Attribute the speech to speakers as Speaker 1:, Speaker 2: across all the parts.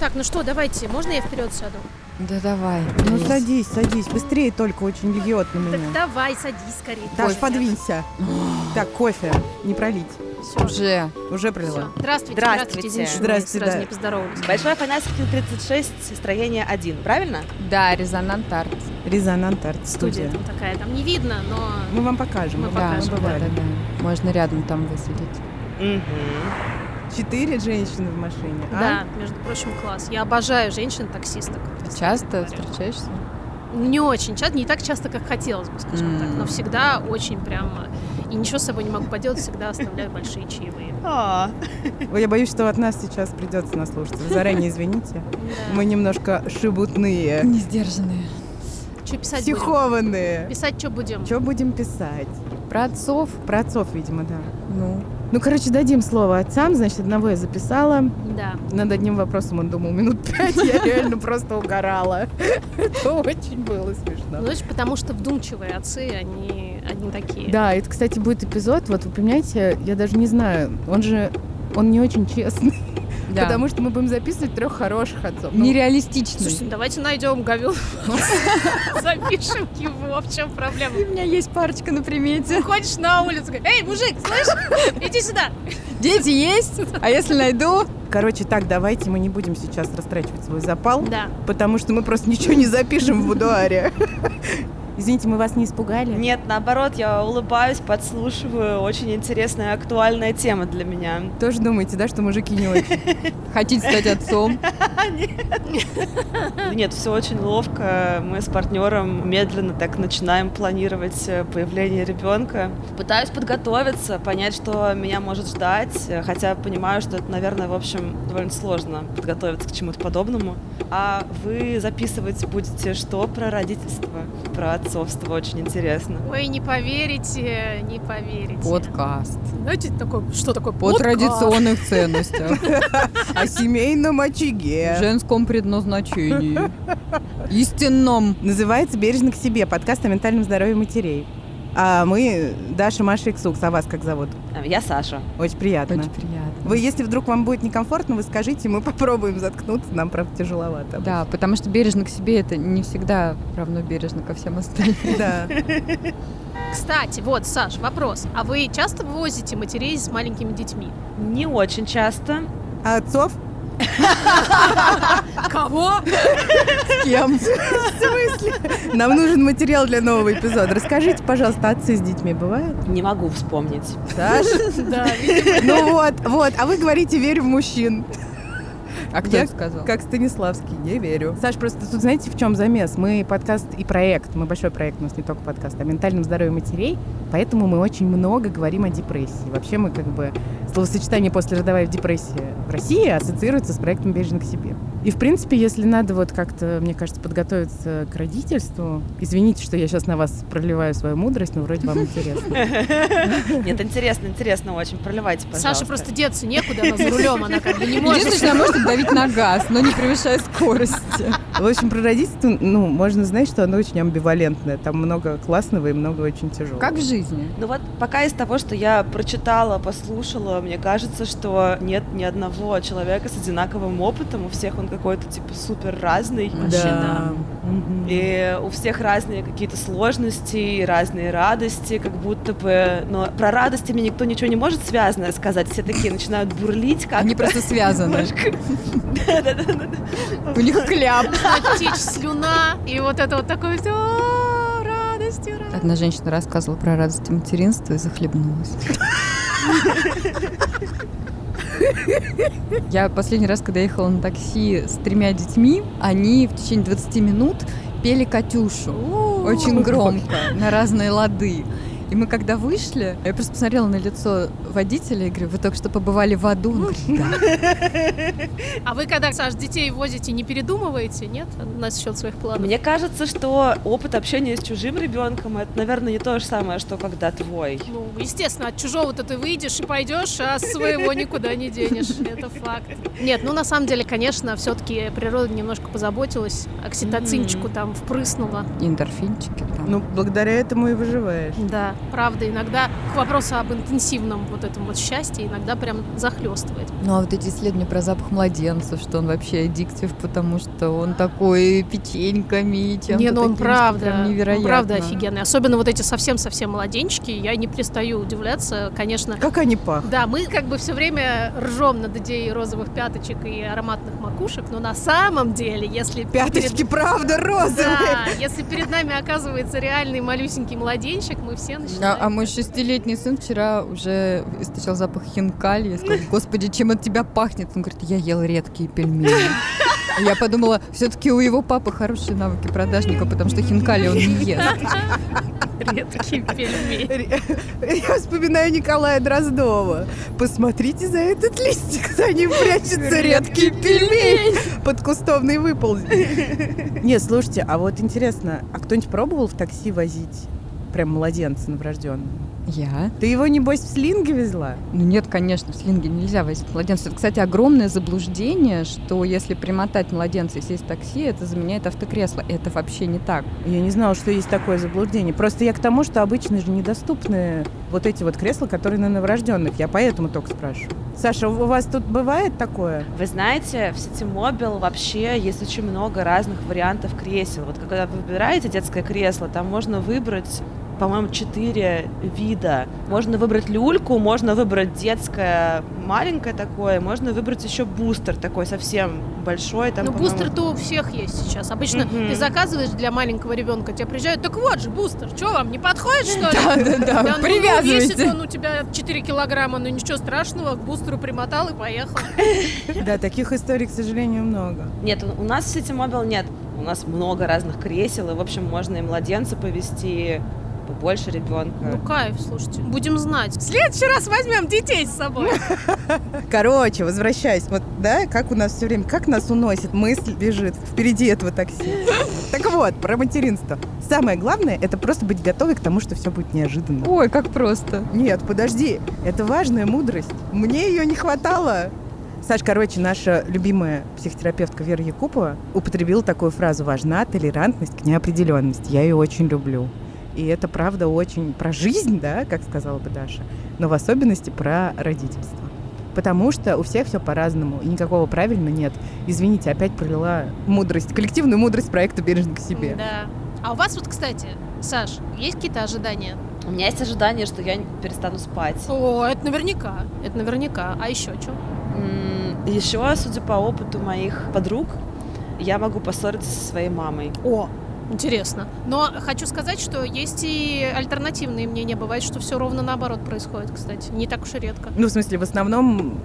Speaker 1: Так, ну что, давайте, можно я вперед сяду?
Speaker 2: Да давай.
Speaker 3: Ну
Speaker 2: Денис.
Speaker 3: садись, садись, быстрее только очень льет на
Speaker 1: Так
Speaker 3: меня.
Speaker 1: давай, садись скорее.
Speaker 3: Даш, подвинься. Так, кофе, не пролить.
Speaker 1: Все,
Speaker 2: Уже.
Speaker 3: Уже пролила.
Speaker 1: Здравствуйте,
Speaker 4: Здравствуйте.
Speaker 1: извините,
Speaker 3: Здравствуйте,
Speaker 1: мы сразу
Speaker 3: да.
Speaker 1: не поздоровались.
Speaker 4: Большой Афанасьевкин, 36, строение 1, правильно?
Speaker 2: Да, резонант арт.
Speaker 3: Резонант арт-студия.
Speaker 1: Студия там такая, там не видно, но
Speaker 3: Мы вам покажем. Ну,
Speaker 1: Мы
Speaker 3: мы
Speaker 2: Да,
Speaker 3: покажем.
Speaker 2: да, да,
Speaker 3: Бывали.
Speaker 2: да. Можно рядом там высадить.
Speaker 4: Угу.
Speaker 3: Четыре женщины в машине,
Speaker 1: да,
Speaker 3: а?
Speaker 1: между прочим, класс. Я обожаю женщин-таксисток.
Speaker 2: Часто встречаешься?
Speaker 1: Не очень часто, не так часто, как хотелось бы, скажем так, но
Speaker 2: М.
Speaker 1: всегда очень прямо. И ничего с собой не могу поделать, всегда оставляю большие чаевые.
Speaker 4: А.
Speaker 3: Ой, Я боюсь, что от нас сейчас придется наслушаться. Вы заранее извините. Мы немножко шебутные,
Speaker 2: Не сдержанные.
Speaker 1: Что писать будем?
Speaker 3: психованные.
Speaker 1: Писать что будем?
Speaker 3: Что будем писать?
Speaker 2: Про отцов?
Speaker 3: Про отцов, видимо, да.
Speaker 2: Ну,
Speaker 3: Ну, короче, дадим слово отцам. Значит, одного я записала.
Speaker 1: Да.
Speaker 3: Над одним вопросом он думал минут пять. Я реально просто угорала. Это очень было
Speaker 1: Ну,
Speaker 3: смешно.
Speaker 1: знаешь, потому что вдумчивые отцы, они, они такие.
Speaker 3: Да, это, кстати, будет эпизод. Вот вы понимаете, я даже не знаю. Он же он не очень честный,
Speaker 2: да.
Speaker 3: потому что мы будем записывать трех хороших отцов. Ну,
Speaker 2: Нереалистичный.
Speaker 1: Слушайте, ну давайте найдем Гавил. Запишем его. В чем проблема?
Speaker 2: у меня есть парочка на примете.
Speaker 1: Ходишь на улицу, говоришь, эй, мужик, слышь, иди сюда.
Speaker 2: Дети есть, а если найду?
Speaker 3: Короче, так, давайте мы не будем сейчас растрачивать свой запал,
Speaker 1: Да,
Speaker 3: потому что мы просто ничего не запишем в будуаре. Извините, мы вас не испугали?
Speaker 4: Нет, наоборот, я улыбаюсь, подслушиваю. Очень интересная, актуальная тема для меня.
Speaker 3: Тоже думаете, да, что мужики не очень?
Speaker 2: Хотите стать отцом?
Speaker 4: Нет, все очень ловко. Мы с партнером медленно так начинаем планировать э, появление ребенка. Пытаюсь подготовиться, понять, что меня может ждать. э, Хотя понимаю, что это, наверное, в общем, довольно сложно подготовиться к чему-то подобному. А вы записывать будете что про родительство, про отцовство? Очень интересно.
Speaker 1: ой, не поверите, не поверите.
Speaker 2: Подкаст.
Speaker 1: Знаете, такое, что такое
Speaker 2: По
Speaker 1: подкаст?
Speaker 2: традиционных ценностях,
Speaker 3: О семейном очаге.
Speaker 2: женском предназначении, истинном.
Speaker 3: Называется «Бережно к себе» подкаст о ментальном здоровье матерей. А мы Даша, Маша и Ксукс. А вас как зовут?
Speaker 4: А, Я Саша.
Speaker 3: Очень приятно.
Speaker 2: Очень приятно.
Speaker 3: Вы, если вдруг вам будет некомфортно, вы скажите, мы попробуем заткнуться. Нам, правда, тяжеловато.
Speaker 2: Да, потому что бережно к себе это не всегда равно бережно ко всем остальным.
Speaker 3: Да.
Speaker 1: Кстати, вот, Саш, вопрос. А вы часто возите матерей с маленькими детьми?
Speaker 4: Не очень часто.
Speaker 3: А отцов?
Speaker 1: Кого?
Speaker 3: С кем? В смысле? Нам нужен материал для нового эпизода. Расскажите, пожалуйста, отцы с детьми бывают?
Speaker 4: Не могу вспомнить.
Speaker 3: Саша?
Speaker 1: Да,
Speaker 3: Ну вот, вот. А вы говорите, верю в мужчин.
Speaker 2: А кто
Speaker 3: Я-
Speaker 2: это сказал?
Speaker 3: Как Станиславский, не верю. Саш, просто тут знаете, в чем замес? Мы подкаст и проект, мы большой проект, у нас не только подкаст, о ментальном здоровье матерей, поэтому мы очень много говорим о депрессии. Вообще мы как бы словосочетание послеродовая депрессия в России ассоциируется с проектом «Бережно к себе». И, в принципе, если надо вот как-то, мне кажется, подготовиться к родительству, извините, что я сейчас на вас проливаю свою мудрость, но вроде вам интересно.
Speaker 4: Нет, интересно, интересно очень. Проливайте, пожалуйста.
Speaker 1: Саша просто деться некуда, она за рулем, она как бы не может.
Speaker 2: Единственное, что она может давить на газ, но не превышая скорости.
Speaker 3: В общем, про родительство, ну, можно знать, что оно очень амбивалентное. Там много классного и много очень тяжелого.
Speaker 2: Как в жизни.
Speaker 4: Ну вот пока из того, что я прочитала, послушала, мне кажется, что нет ни одного человека с одинаковым опытом. У всех он какой-то типа супер разный.
Speaker 1: Вообще, да.
Speaker 3: Мгм.
Speaker 4: И у всех разные какие-то сложности, и разные радости, как будто бы... Но про радости мне никто ничего не может связанное сказать. Все такие начинают бурлить как
Speaker 2: Они просто связаны. У них кляп.
Speaker 1: Начинает течь слюна, и вот это вот такое все «А, радость, радость.
Speaker 2: Одна женщина рассказывала про радость материнства и захлебнулась. Я последний раз, когда ехала на такси с тремя детьми, они в течение 20 минут пели «Катюшу» очень громко, на разные лады. И мы когда вышли, я просто посмотрела на лицо водителя и говорю, вы только что побывали в аду? Он говорит, да.
Speaker 1: А вы когда, Саш, детей возите, не передумываете, нет? На счет своих планов?
Speaker 4: Мне кажется, что опыт общения с чужим ребенком это, наверное, не то же самое, что когда твой.
Speaker 1: Ну, естественно, от чужого-то ты выйдешь и пойдешь, а своего никуда не денешь. Это факт. Нет, ну на самом деле, конечно, все-таки природа немножко позаботилась, окситоцинчику там впрыснула.
Speaker 2: Эндорфинчики там.
Speaker 3: Ну, благодаря Ну, этому и выживаешь.
Speaker 1: Да. правда, иногда к вопросу об интенсивном вот этом вот счастье иногда прям захлестывает.
Speaker 2: Ну а вот эти исследования про запах младенца, что он вообще аддиктив, потому что он такой печеньками и чем-то
Speaker 1: Не, ну он
Speaker 2: таким, что
Speaker 1: правда,
Speaker 2: прям
Speaker 1: он
Speaker 2: невероятно.
Speaker 1: правда офигенный. Особенно вот эти совсем-совсем младенчики, я не перестаю удивляться. Конечно,
Speaker 3: Как они пахнут?
Speaker 1: да, мы как бы все время ржем над идеей розовых пяточек и ароматных макушек, но на самом деле, если
Speaker 3: Пяточки, правда,
Speaker 1: перед...
Speaker 3: розовые.
Speaker 1: Да, если перед нами оказывается реальный малюсенький младенчик, мы все
Speaker 2: А,
Speaker 1: начинаем...
Speaker 2: а мой шестилетний сын вчера уже источал запах хинкали. Я сказала, господи, чем от тебя пахнет? Он говорит, я ел редкие пельмени. И Я подумала, все-таки у его папы хорошие навыки продажника, потому что хинкали он не ест.
Speaker 1: Редкие пельмени.
Speaker 3: Я вспоминаю Николая Дроздова. Посмотрите за этот листик, за ним прячется редкий пельмень. Под кустовный выползень. Не, слушайте, а вот интересно, а кто-нибудь пробовал в такси возить прям младенца новорожденного?
Speaker 2: Я?
Speaker 3: Ты его, небось, в слинге везла?
Speaker 2: Ну нет, конечно, в слинге нельзя возить младенца. Это, кстати, огромное заблуждение, что если примотать младенца и сесть в такси, это заменяет автокресло. Это вообще не так.
Speaker 3: Я не знала, что есть такое заблуждение. Просто я к тому, что обычно же недоступны вот эти вот кресла, которые на новорожденных. Я поэтому только спрашиваю. Саша, у вас тут бывает такое?
Speaker 4: Вы знаете, в сети Мобил вообще есть очень много разных вариантов кресел. Вот когда вы выбираете детское кресло, там можно выбрать по-моему, четыре вида. Можно выбрать люльку, можно выбрать детское маленькое такое, можно выбрать еще бустер такой совсем большой. Там,
Speaker 1: Ну,
Speaker 4: по-моему,
Speaker 1: бустер-то у всех есть сейчас. Обычно
Speaker 4: Мгм.
Speaker 1: ты заказываешь для маленького ребенка, тебе приезжают, так вот же, бустер, что вам, не подходит, что ли? Да,
Speaker 2: Да-да-да,
Speaker 1: ну, весит
Speaker 2: привязывайте.
Speaker 1: он у тебя 4 килограмма, ну ничего страшного, к бустеру примотал и поехал.
Speaker 3: Да, таких историй, к сожалению, много.
Speaker 4: Нет, у у нас в сети Мобил нет. У нас много разных кресел, и, в общем, можно и младенца повести, побольше
Speaker 1: Ну
Speaker 4: ребенка.
Speaker 1: кайф, слушайте, будем знать. В следующий раз возьмем детей с собой.
Speaker 3: Короче, возвращаясь, вот, да, как у нас все время, как нас уносит, мысль бежит впереди этого такси. Так вот, про материнство. Самое главное, это просто быть готовой к тому, что все будет неожиданно.
Speaker 2: Ой, как просто.
Speaker 3: Нет, подожди, это важная мудрость. Мне ее не хватало. Саш, короче, наша любимая психотерапевтка Вера Якупова употребила такую фразу «Важна толерантность к неопределенности». Я ее очень люблю. И это, правда, очень про жизнь, да, как сказала бы Даша, но в особенности про родительство. Потому что у всех все по-разному, и никакого правильно нет. Извините, опять пролила мудрость, коллективную мудрость проекта «Бережно к себе».
Speaker 1: Да. А у вас вот, кстати, Саш, есть какие-то ожидания?
Speaker 4: У меня есть ожидание, что я не перестану спать.
Speaker 1: О, это наверняка. Это наверняка. А еще что?
Speaker 4: Еще, судя по опыту моих подруг, я могу поссориться со своей мамой.
Speaker 1: О, интересно. Но хочу сказать, что есть и альтернативные мнения. Бывает, что все ровно наоборот происходит, кстати. Не так уж и редко.
Speaker 3: Ну, в смысле, в основном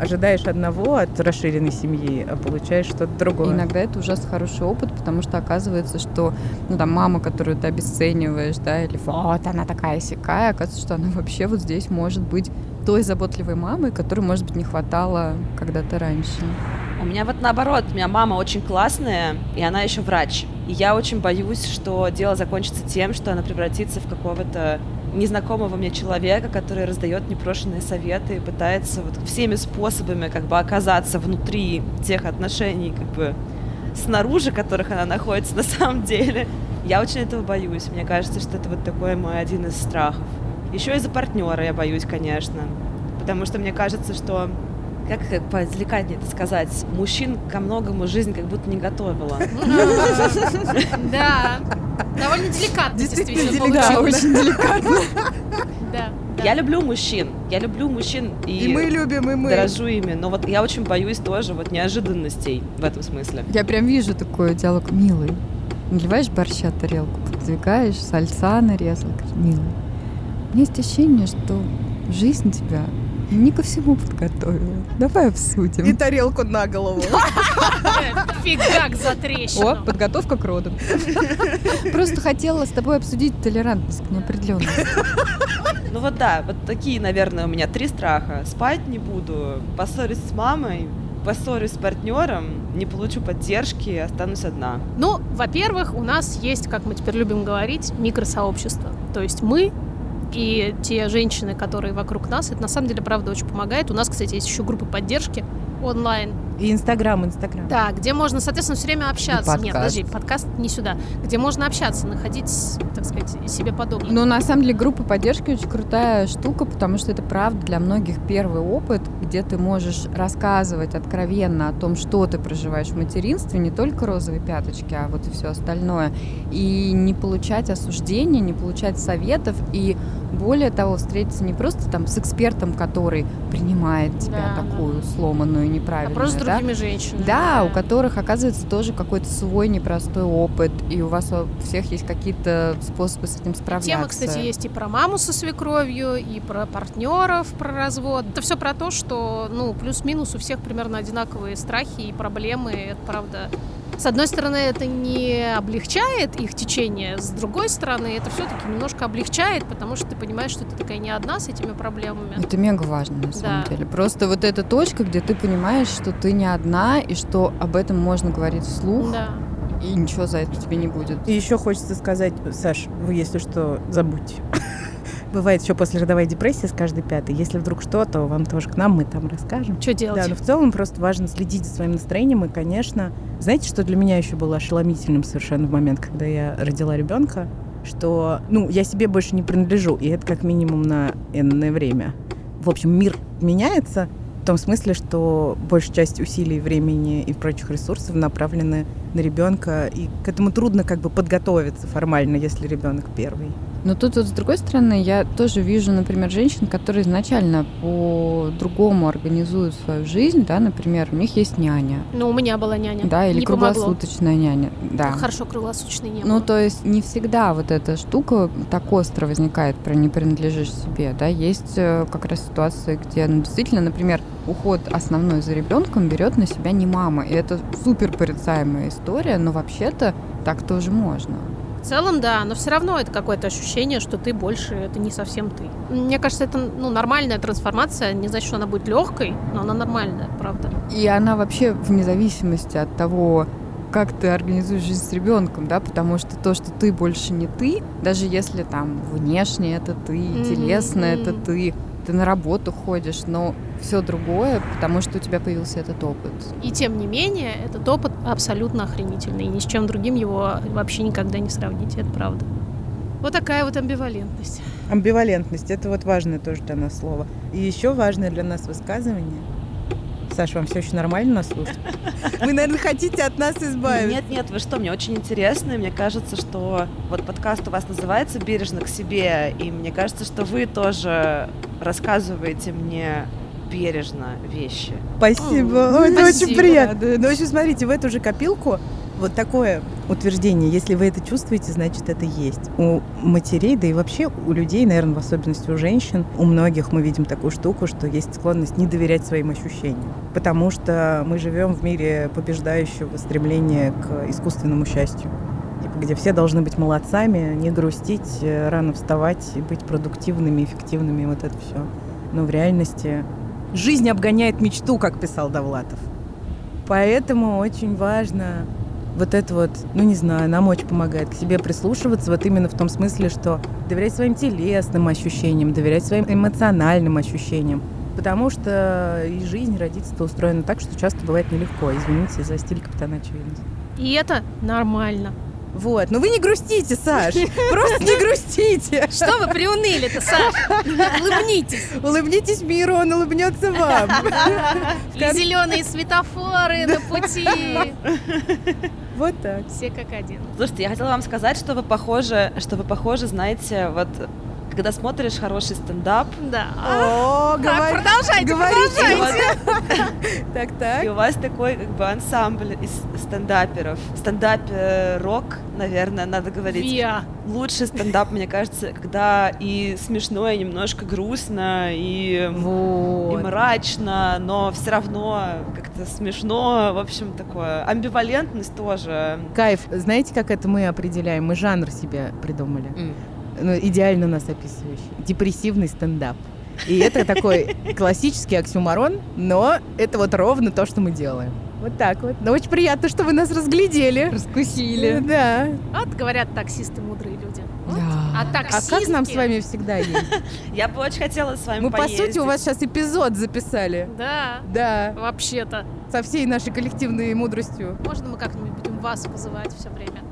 Speaker 3: ожидаешь одного от расширенной семьи, а получаешь что-то другое.
Speaker 2: Иногда это ужасно хороший опыт, потому что оказывается, что ну, там мама, которую ты обесцениваешь, да, или вот она такая сякая, оказывается, что она вообще вот здесь может быть той заботливой мамой, которой, может быть, не хватало когда-то раньше.
Speaker 4: У меня вот наоборот, у меня мама очень классная, и она еще врач. И я очень боюсь, что дело закончится тем, что она превратится в какого-то незнакомого мне человека, который раздает непрошенные советы и пытается вот всеми способами как бы оказаться внутри тех отношений, как бы снаружи которых она находится на самом деле. Я очень этого боюсь. Мне кажется, что это вот такой мой один из страхов. Еще и за партнера я боюсь, конечно. Потому что мне кажется, что как, как поделикатнее это сказать, мужчин ко многому жизнь как будто не готовила.
Speaker 1: Ну, Да. Довольно деликатно,
Speaker 3: Действительно
Speaker 1: действительно,
Speaker 3: деликатно.
Speaker 1: получилось.
Speaker 2: Ну, очень деликатно.
Speaker 1: Да. да.
Speaker 4: Я люблю мужчин, я люблю мужчин и,
Speaker 3: И мы любим, и мы.
Speaker 4: дорожу ими, но вот я очень боюсь тоже вот неожиданностей в этом смысле.
Speaker 2: Я прям вижу такой диалог. Милый, наливаешь борща в тарелку, подвигаешь, сальца нарезала. Говорит, Милый, у меня есть ощущение, что жизнь тебя не ко всему подготовила. Давай обсудим.
Speaker 3: И тарелку на голову.
Speaker 1: Фигак за
Speaker 2: О,
Speaker 1: трещину.
Speaker 2: подготовка к родам. Просто хотела с тобой обсудить толерантность к неопределенности.
Speaker 4: Ну вот да, вот такие, наверное, у меня три страха. Спать не буду, поссорюсь с мамой, поссорюсь с партнером, не получу поддержки, останусь одна.
Speaker 1: Ну, во-первых, у нас есть, как мы теперь любим говорить, микросообщество. То есть мы и те женщины, которые вокруг нас, это на самом деле, правда, очень помогает. У нас, кстати, есть еще группы поддержки онлайн,
Speaker 3: И Инстаграм, Инстаграм.
Speaker 1: Да, где можно, соответственно, все время общаться. Нет,
Speaker 2: подкаст.
Speaker 1: подожди, подкаст не сюда. Где можно общаться, находить, так сказать, себе подобных.
Speaker 2: Но Ну, на самом деле группа поддержки очень крутая штука, потому что это правда для многих первый опыт, где ты можешь рассказывать откровенно о том, что ты проживаешь в материнстве, не только розовые пяточки, а вот и все остальное, и не получать осуждения, не получать советов, и более того, встретиться не просто там с экспертом, который принимает тебя
Speaker 1: Да, да.
Speaker 2: такую сломанную,
Speaker 1: а
Speaker 2: неправильную,
Speaker 1: просто с
Speaker 2: да,
Speaker 1: другими женщинами.
Speaker 2: Да, у которых оказывается тоже какой-то свой непростой опыт, и у вас э, у всех есть какие-то способы с этим справляться.
Speaker 1: Тема, кстати, есть и про маму со свекровью, и про партнеров, про развод. Это все про то, что, ну, плюс-минус у всех примерно одинаковые страхи и проблемы. Это правда. С одной стороны, это не облегчает их течение, с другой стороны, это все-таки немножко облегчает, потому что ты понимаешь, что ты такая не одна с этими проблемами.
Speaker 2: Это мега важно, на самом
Speaker 1: Да.
Speaker 2: деле. Просто вот эта точка, где ты понимаешь, что ты не одна, и что об этом можно говорить вслух,
Speaker 1: Да.
Speaker 2: и ничего за это тебе не будет.
Speaker 3: И еще хочется сказать, Саш, вы, если что, забудьте. Бывает еще послеродовая депрессия с каждой пятой. Если вдруг что, то вам тоже к нам, мы там расскажем.
Speaker 1: Что делать?
Speaker 2: ну,
Speaker 3: Да, но в целом просто важно следить за своим настроением. И, конечно, знаете, что для меня еще было ошеломительным совершенно в момент, когда я родила ребенка, что, ну, я себе больше не принадлежу, и это как минимум на энное время. В общем, мир меняется в том смысле, что большая часть усилий, времени и прочих ресурсов направлены на ребенка, и к этому трудно как бы подготовиться формально, если ребенок первый.
Speaker 2: Но тут вот с другой стороны, я тоже вижу, например, женщин, которые изначально по-другому организуют свою жизнь, да, например, у них есть няня,
Speaker 1: Ну, у меня была няня.
Speaker 2: да, или
Speaker 1: не помогло.
Speaker 2: круглосуточная няня, да.
Speaker 1: Хорошо, круглосуточной не
Speaker 2: Ну,
Speaker 1: было.
Speaker 2: то есть не всегда вот эта штука так остро возникает, про не принадлежишь себе, да, есть э, как раз ситуации, где, ну, действительно, например, уход основной за ребенком берет на себя не мама, и это супер порицаемая история, но вообще-то так тоже можно.
Speaker 1: В целом, да, но все равно это какое-то ощущение, что ты больше, это не совсем ты. Мне кажется, это ну, нормальная трансформация, не значит, что она будет легкой, но она нормальная, правда.
Speaker 2: И она вообще вне зависимости от того, как ты организуешь жизнь с ребенком, да, потому что то, что ты больше не ты, даже если там внешне это ты, телесно это
Speaker 1: мгм.
Speaker 2: ты, ты на работу ходишь, но все другое, потому что у тебя появился этот опыт.
Speaker 1: И тем не менее, этот опыт абсолютно охренительный, и ни с чем другим его вообще никогда не сравнить, это правда. Вот такая вот амбивалентность.
Speaker 3: Амбивалентность – это вот важное тоже для нас слово. И еще важное для нас высказывание. Саша, вам все еще нормально нас слушать? Вы, наверное, хотите от нас избавиться.
Speaker 4: Нет, нет, вы что, мне очень интересно, и мне кажется, что вот подкаст у вас называется «Бережно к себе», и мне кажется, что вы тоже рассказываете мне бережно вещи.
Speaker 3: Спасибо.
Speaker 1: М,
Speaker 3: Ой, Это очень
Speaker 1: спасибо.
Speaker 3: приятно. Ну, в общем, смотрите, в эту же копилку вот такое утверждение. Если вы это чувствуете, значит, это есть. У матерей, да и вообще у людей, наверное, в особенности у женщин, у многих мы видим такую штуку, что есть склонность не доверять своим ощущениям. Потому что мы живем в мире побеждающего стремления к искусственному счастью. Типа, где все должны быть молодцами, не грустить, э, рано вставать, и быть продуктивными, эффективными, и вот это все. Но в реальности жизнь обгоняет мечту, как писал Довлатов. Поэтому очень важно вот это вот, ну не знаю, нам очень помогает к себе прислушиваться, вот именно в том смысле, что доверять своим телесным ощущениям, доверять своим эмоциональным ощущениям. Потому что и жизнь родиться-то устроена так, что часто бывает нелегко. Извините за стиль капитана очевидность.
Speaker 1: И это нормально.
Speaker 3: Вот. Но вы не грустите, Саш. Просто не грустите.
Speaker 1: Что вы приуныли-то, Саша? Улыбнитесь.
Speaker 3: Улыбнитесь миру, он улыбнется вам.
Speaker 1: И зеленые светофоры на пути.
Speaker 3: Вот так.
Speaker 1: Все как один.
Speaker 4: Слушайте, я хотела вам сказать, что вы похожи, что вы похожи, знаете, вот когда смотришь хороший стендап,
Speaker 1: Да.
Speaker 3: О,
Speaker 1: А? Так,
Speaker 3: говори-
Speaker 1: продолжайте,
Speaker 3: говорите.
Speaker 4: и у
Speaker 1: продолжайте.
Speaker 4: вас-
Speaker 3: Так,
Speaker 4: и
Speaker 3: так.
Speaker 4: у вас такой как бы ансамбль из стендаперов. Стендап-рок, наверное, надо говорить.
Speaker 1: Виа.
Speaker 4: Лучший стендап, мне кажется, когда и смешно, и немножко грустно, и, и
Speaker 3: Вот.
Speaker 4: мрачно, но все равно как-то смешно. В общем, такое. Амбивалентность тоже.
Speaker 3: Кайф. Знаете, как это мы определяем? Мы жанр себе придумали. Ну, идеально нас описывающий. Депрессивный стендап. И это такой классический оксюмарон, но это вот ровно то, что мы делаем. Вот так вот. Но очень приятно, что вы нас разглядели.
Speaker 2: Раскусили.
Speaker 3: Да.
Speaker 1: Вот говорят таксисты мудрые люди. Вот.
Speaker 2: Да.
Speaker 1: А
Speaker 3: А
Speaker 1: таксистки...
Speaker 3: как нам с вами всегда есть?
Speaker 4: Я бы очень хотела с вами
Speaker 3: Мы, по
Speaker 4: поездить.
Speaker 3: сути, у вас сейчас эпизод записали.
Speaker 1: Да,
Speaker 3: Да,
Speaker 1: вообще-то.
Speaker 3: со всей нашей коллективной мудростью.
Speaker 1: Можно мы как-нибудь будем вас вызывать все время?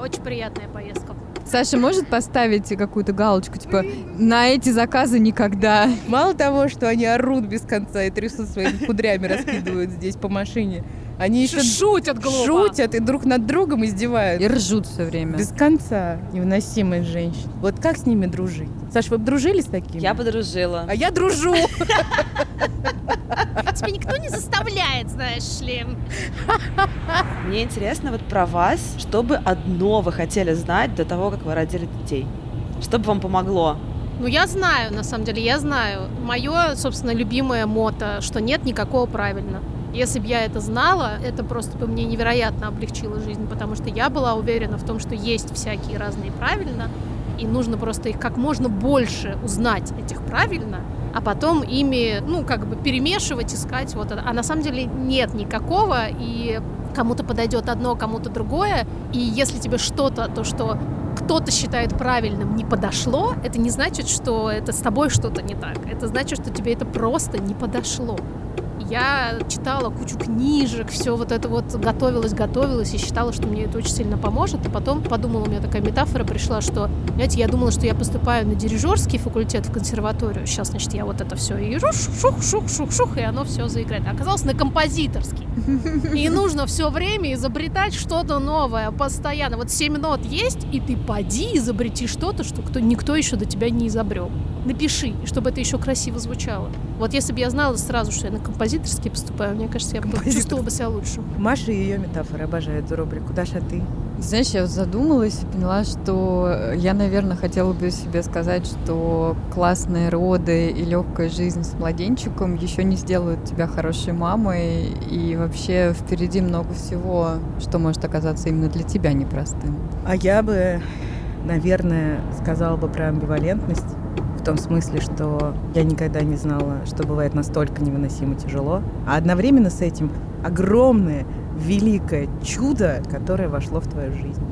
Speaker 1: Очень приятная поездка.
Speaker 2: Саша может поставить какую-то галочку, типа, на эти заказы никогда.
Speaker 3: Мало того, что они орут без конца и трясут своими кудрями, раскидывают здесь по машине, они еще
Speaker 1: Шутят глупо.
Speaker 3: шутят и друг над другом
Speaker 1: Э,
Speaker 3: издеваются.
Speaker 2: И ржут все время.
Speaker 3: Без конца невыносимые женщины. Вот как с ними дружить? Саш, вы бы дружили с такими?
Speaker 4: Я бы дружила.
Speaker 3: А я дружу.
Speaker 1: Тебя никто не заставляет, знаешь ли.
Speaker 4: Мне интересно вот про вас, что бы одно вы хотели знать до того, как вы родили детей? Что бы вам помогло?
Speaker 1: Ну, я знаю, на самом деле, я знаю. Мое, собственно, любимое мото, что нет никакого правильно. Если бы я это знала, это просто бы мне невероятно облегчило жизнь, потому что я была уверена в том, что есть всякие разные правильно, и нужно просто их как можно больше узнать, этих правильно, а потом ими, ну, как бы перемешивать, искать вот это. А на самом деле нет никакого, и кому-то подойдет одно, кому-то другое, и если тебе что-то, то, что кто-то считает правильным, не подошло, это не значит, что это с тобой что-то не так. Это значит, что тебе это просто не подошло. Я читала кучу книжек, все вот это вот готовилась, готовилась и считала, что мне это очень сильно поможет. И потом подумала, у меня такая метафора пришла, что, знаете, я думала, что я поступаю на дирижерский факультет в консерваторию. Сейчас, значит, я вот это все и шух, шух, шух, шух, шух, и оно все заиграет. А оказалось, на композиторский. И нужно все время изобретать что-то новое, постоянно. Вот семь нот есть, и ты поди изобрети что-то, что кто, никто еще до тебя не изобрел. Напиши, и чтобы это еще красиво звучало. Вот если бы я знала сразу, что я на композиторский поступаю, мне кажется, я бы
Speaker 3: Композитор.
Speaker 1: чувствовала бы себя лучше.
Speaker 3: Маша и ее метафоры обожают эту рубрику. Даша, а ты?
Speaker 2: Знаешь, я вот задумалась и поняла, что я, наверное, хотела бы себе сказать, что классные роды и легкая жизнь с младенчиком еще не сделают тебя хорошей мамой. И вообще впереди много всего, что может оказаться именно для тебя непростым.
Speaker 3: А я бы, наверное, сказала бы про амбивалентность. В том смысле, что я никогда не знала, что бывает настолько невыносимо тяжело. А одновременно с этим огромное, великое чудо, которое вошло в твою жизнь.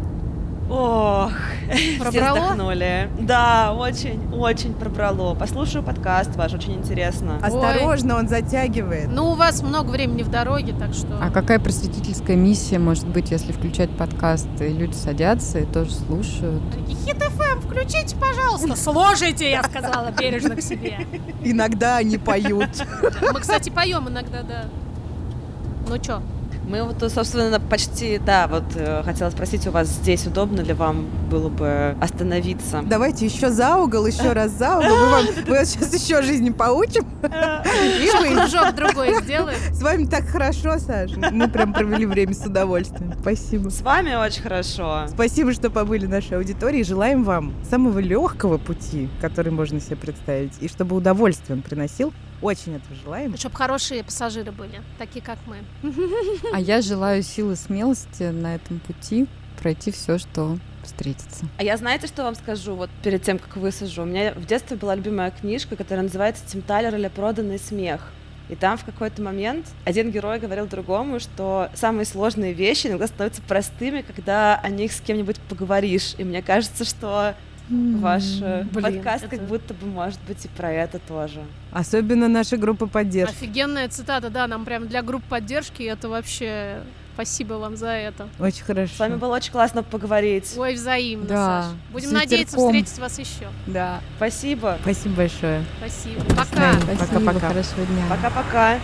Speaker 4: Ох, все
Speaker 1: Пробрало?
Speaker 4: вздохнули. Да, очень, очень пробрало. Послушаю подкаст ваш, очень интересно.
Speaker 3: Осторожно, он затягивает.
Speaker 1: Ну, у вас много времени в дороге, так что...
Speaker 2: А какая просветительская миссия может быть, если включать подкасты? Люди садятся и тоже слушают.
Speaker 1: Хит ФМ, включите, пожалуйста. Сложите, я сказала бережно к себе.
Speaker 3: Иногда они поют.
Speaker 1: Мы, кстати, поем иногда, да. Ну чё?
Speaker 4: Мы вот, собственно, почти, да, вот э, хотела спросить у вас здесь, удобно ли вам было бы остановиться?
Speaker 3: Давайте еще за угол, еще раз за угол. Мы, вам, мы вас сейчас еще жизни поучим. И вы
Speaker 1: Кружок другой сделаем.
Speaker 3: с вами так хорошо, Саш. Мы прям провели время с удовольствием. Спасибо.
Speaker 4: С вами очень хорошо.
Speaker 3: Спасибо, что побыли в нашей аудитории. Желаем вам самого легкого пути, который можно себе представить, и чтобы удовольствие он приносил. Очень этого желаем.
Speaker 1: Чтобы хорошие пассажиры были, такие как мы.
Speaker 2: А я желаю силы и смелости на этом пути пройти все, что встретится.
Speaker 4: А я знаете, что вам скажу, вот перед тем, как высажу? У меня в детстве была любимая книжка, которая называется «Тим Талер или проданный смех». И там в какой-то момент один герой говорил другому, что самые сложные вещи иногда становятся простыми, когда о них с кем-нибудь поговоришь. И мне кажется, что ваш э,
Speaker 1: Блин,
Speaker 4: подкаст
Speaker 1: это-
Speaker 4: как будто бы может быть и про это тоже.
Speaker 3: Особенно наша группа поддержки.
Speaker 1: Офигенная цитата, да, нам прям для групп поддержки это вообще... Спасибо вам за это.
Speaker 3: Очень хорошо.
Speaker 4: С вами было очень классно поговорить.
Speaker 1: Ой, взаимно,
Speaker 2: Да,
Speaker 1: Саша. Будем
Speaker 2: с
Speaker 1: надеяться
Speaker 2: ветерком.
Speaker 1: встретить вас еще.
Speaker 2: Да.
Speaker 4: Спасибо.
Speaker 3: Спасибо большое.
Speaker 1: Спасибо.
Speaker 3: свидания.
Speaker 1: Пока.
Speaker 3: Пока-пока.
Speaker 2: Спасибо, хорошего дня.
Speaker 4: Пока-пока.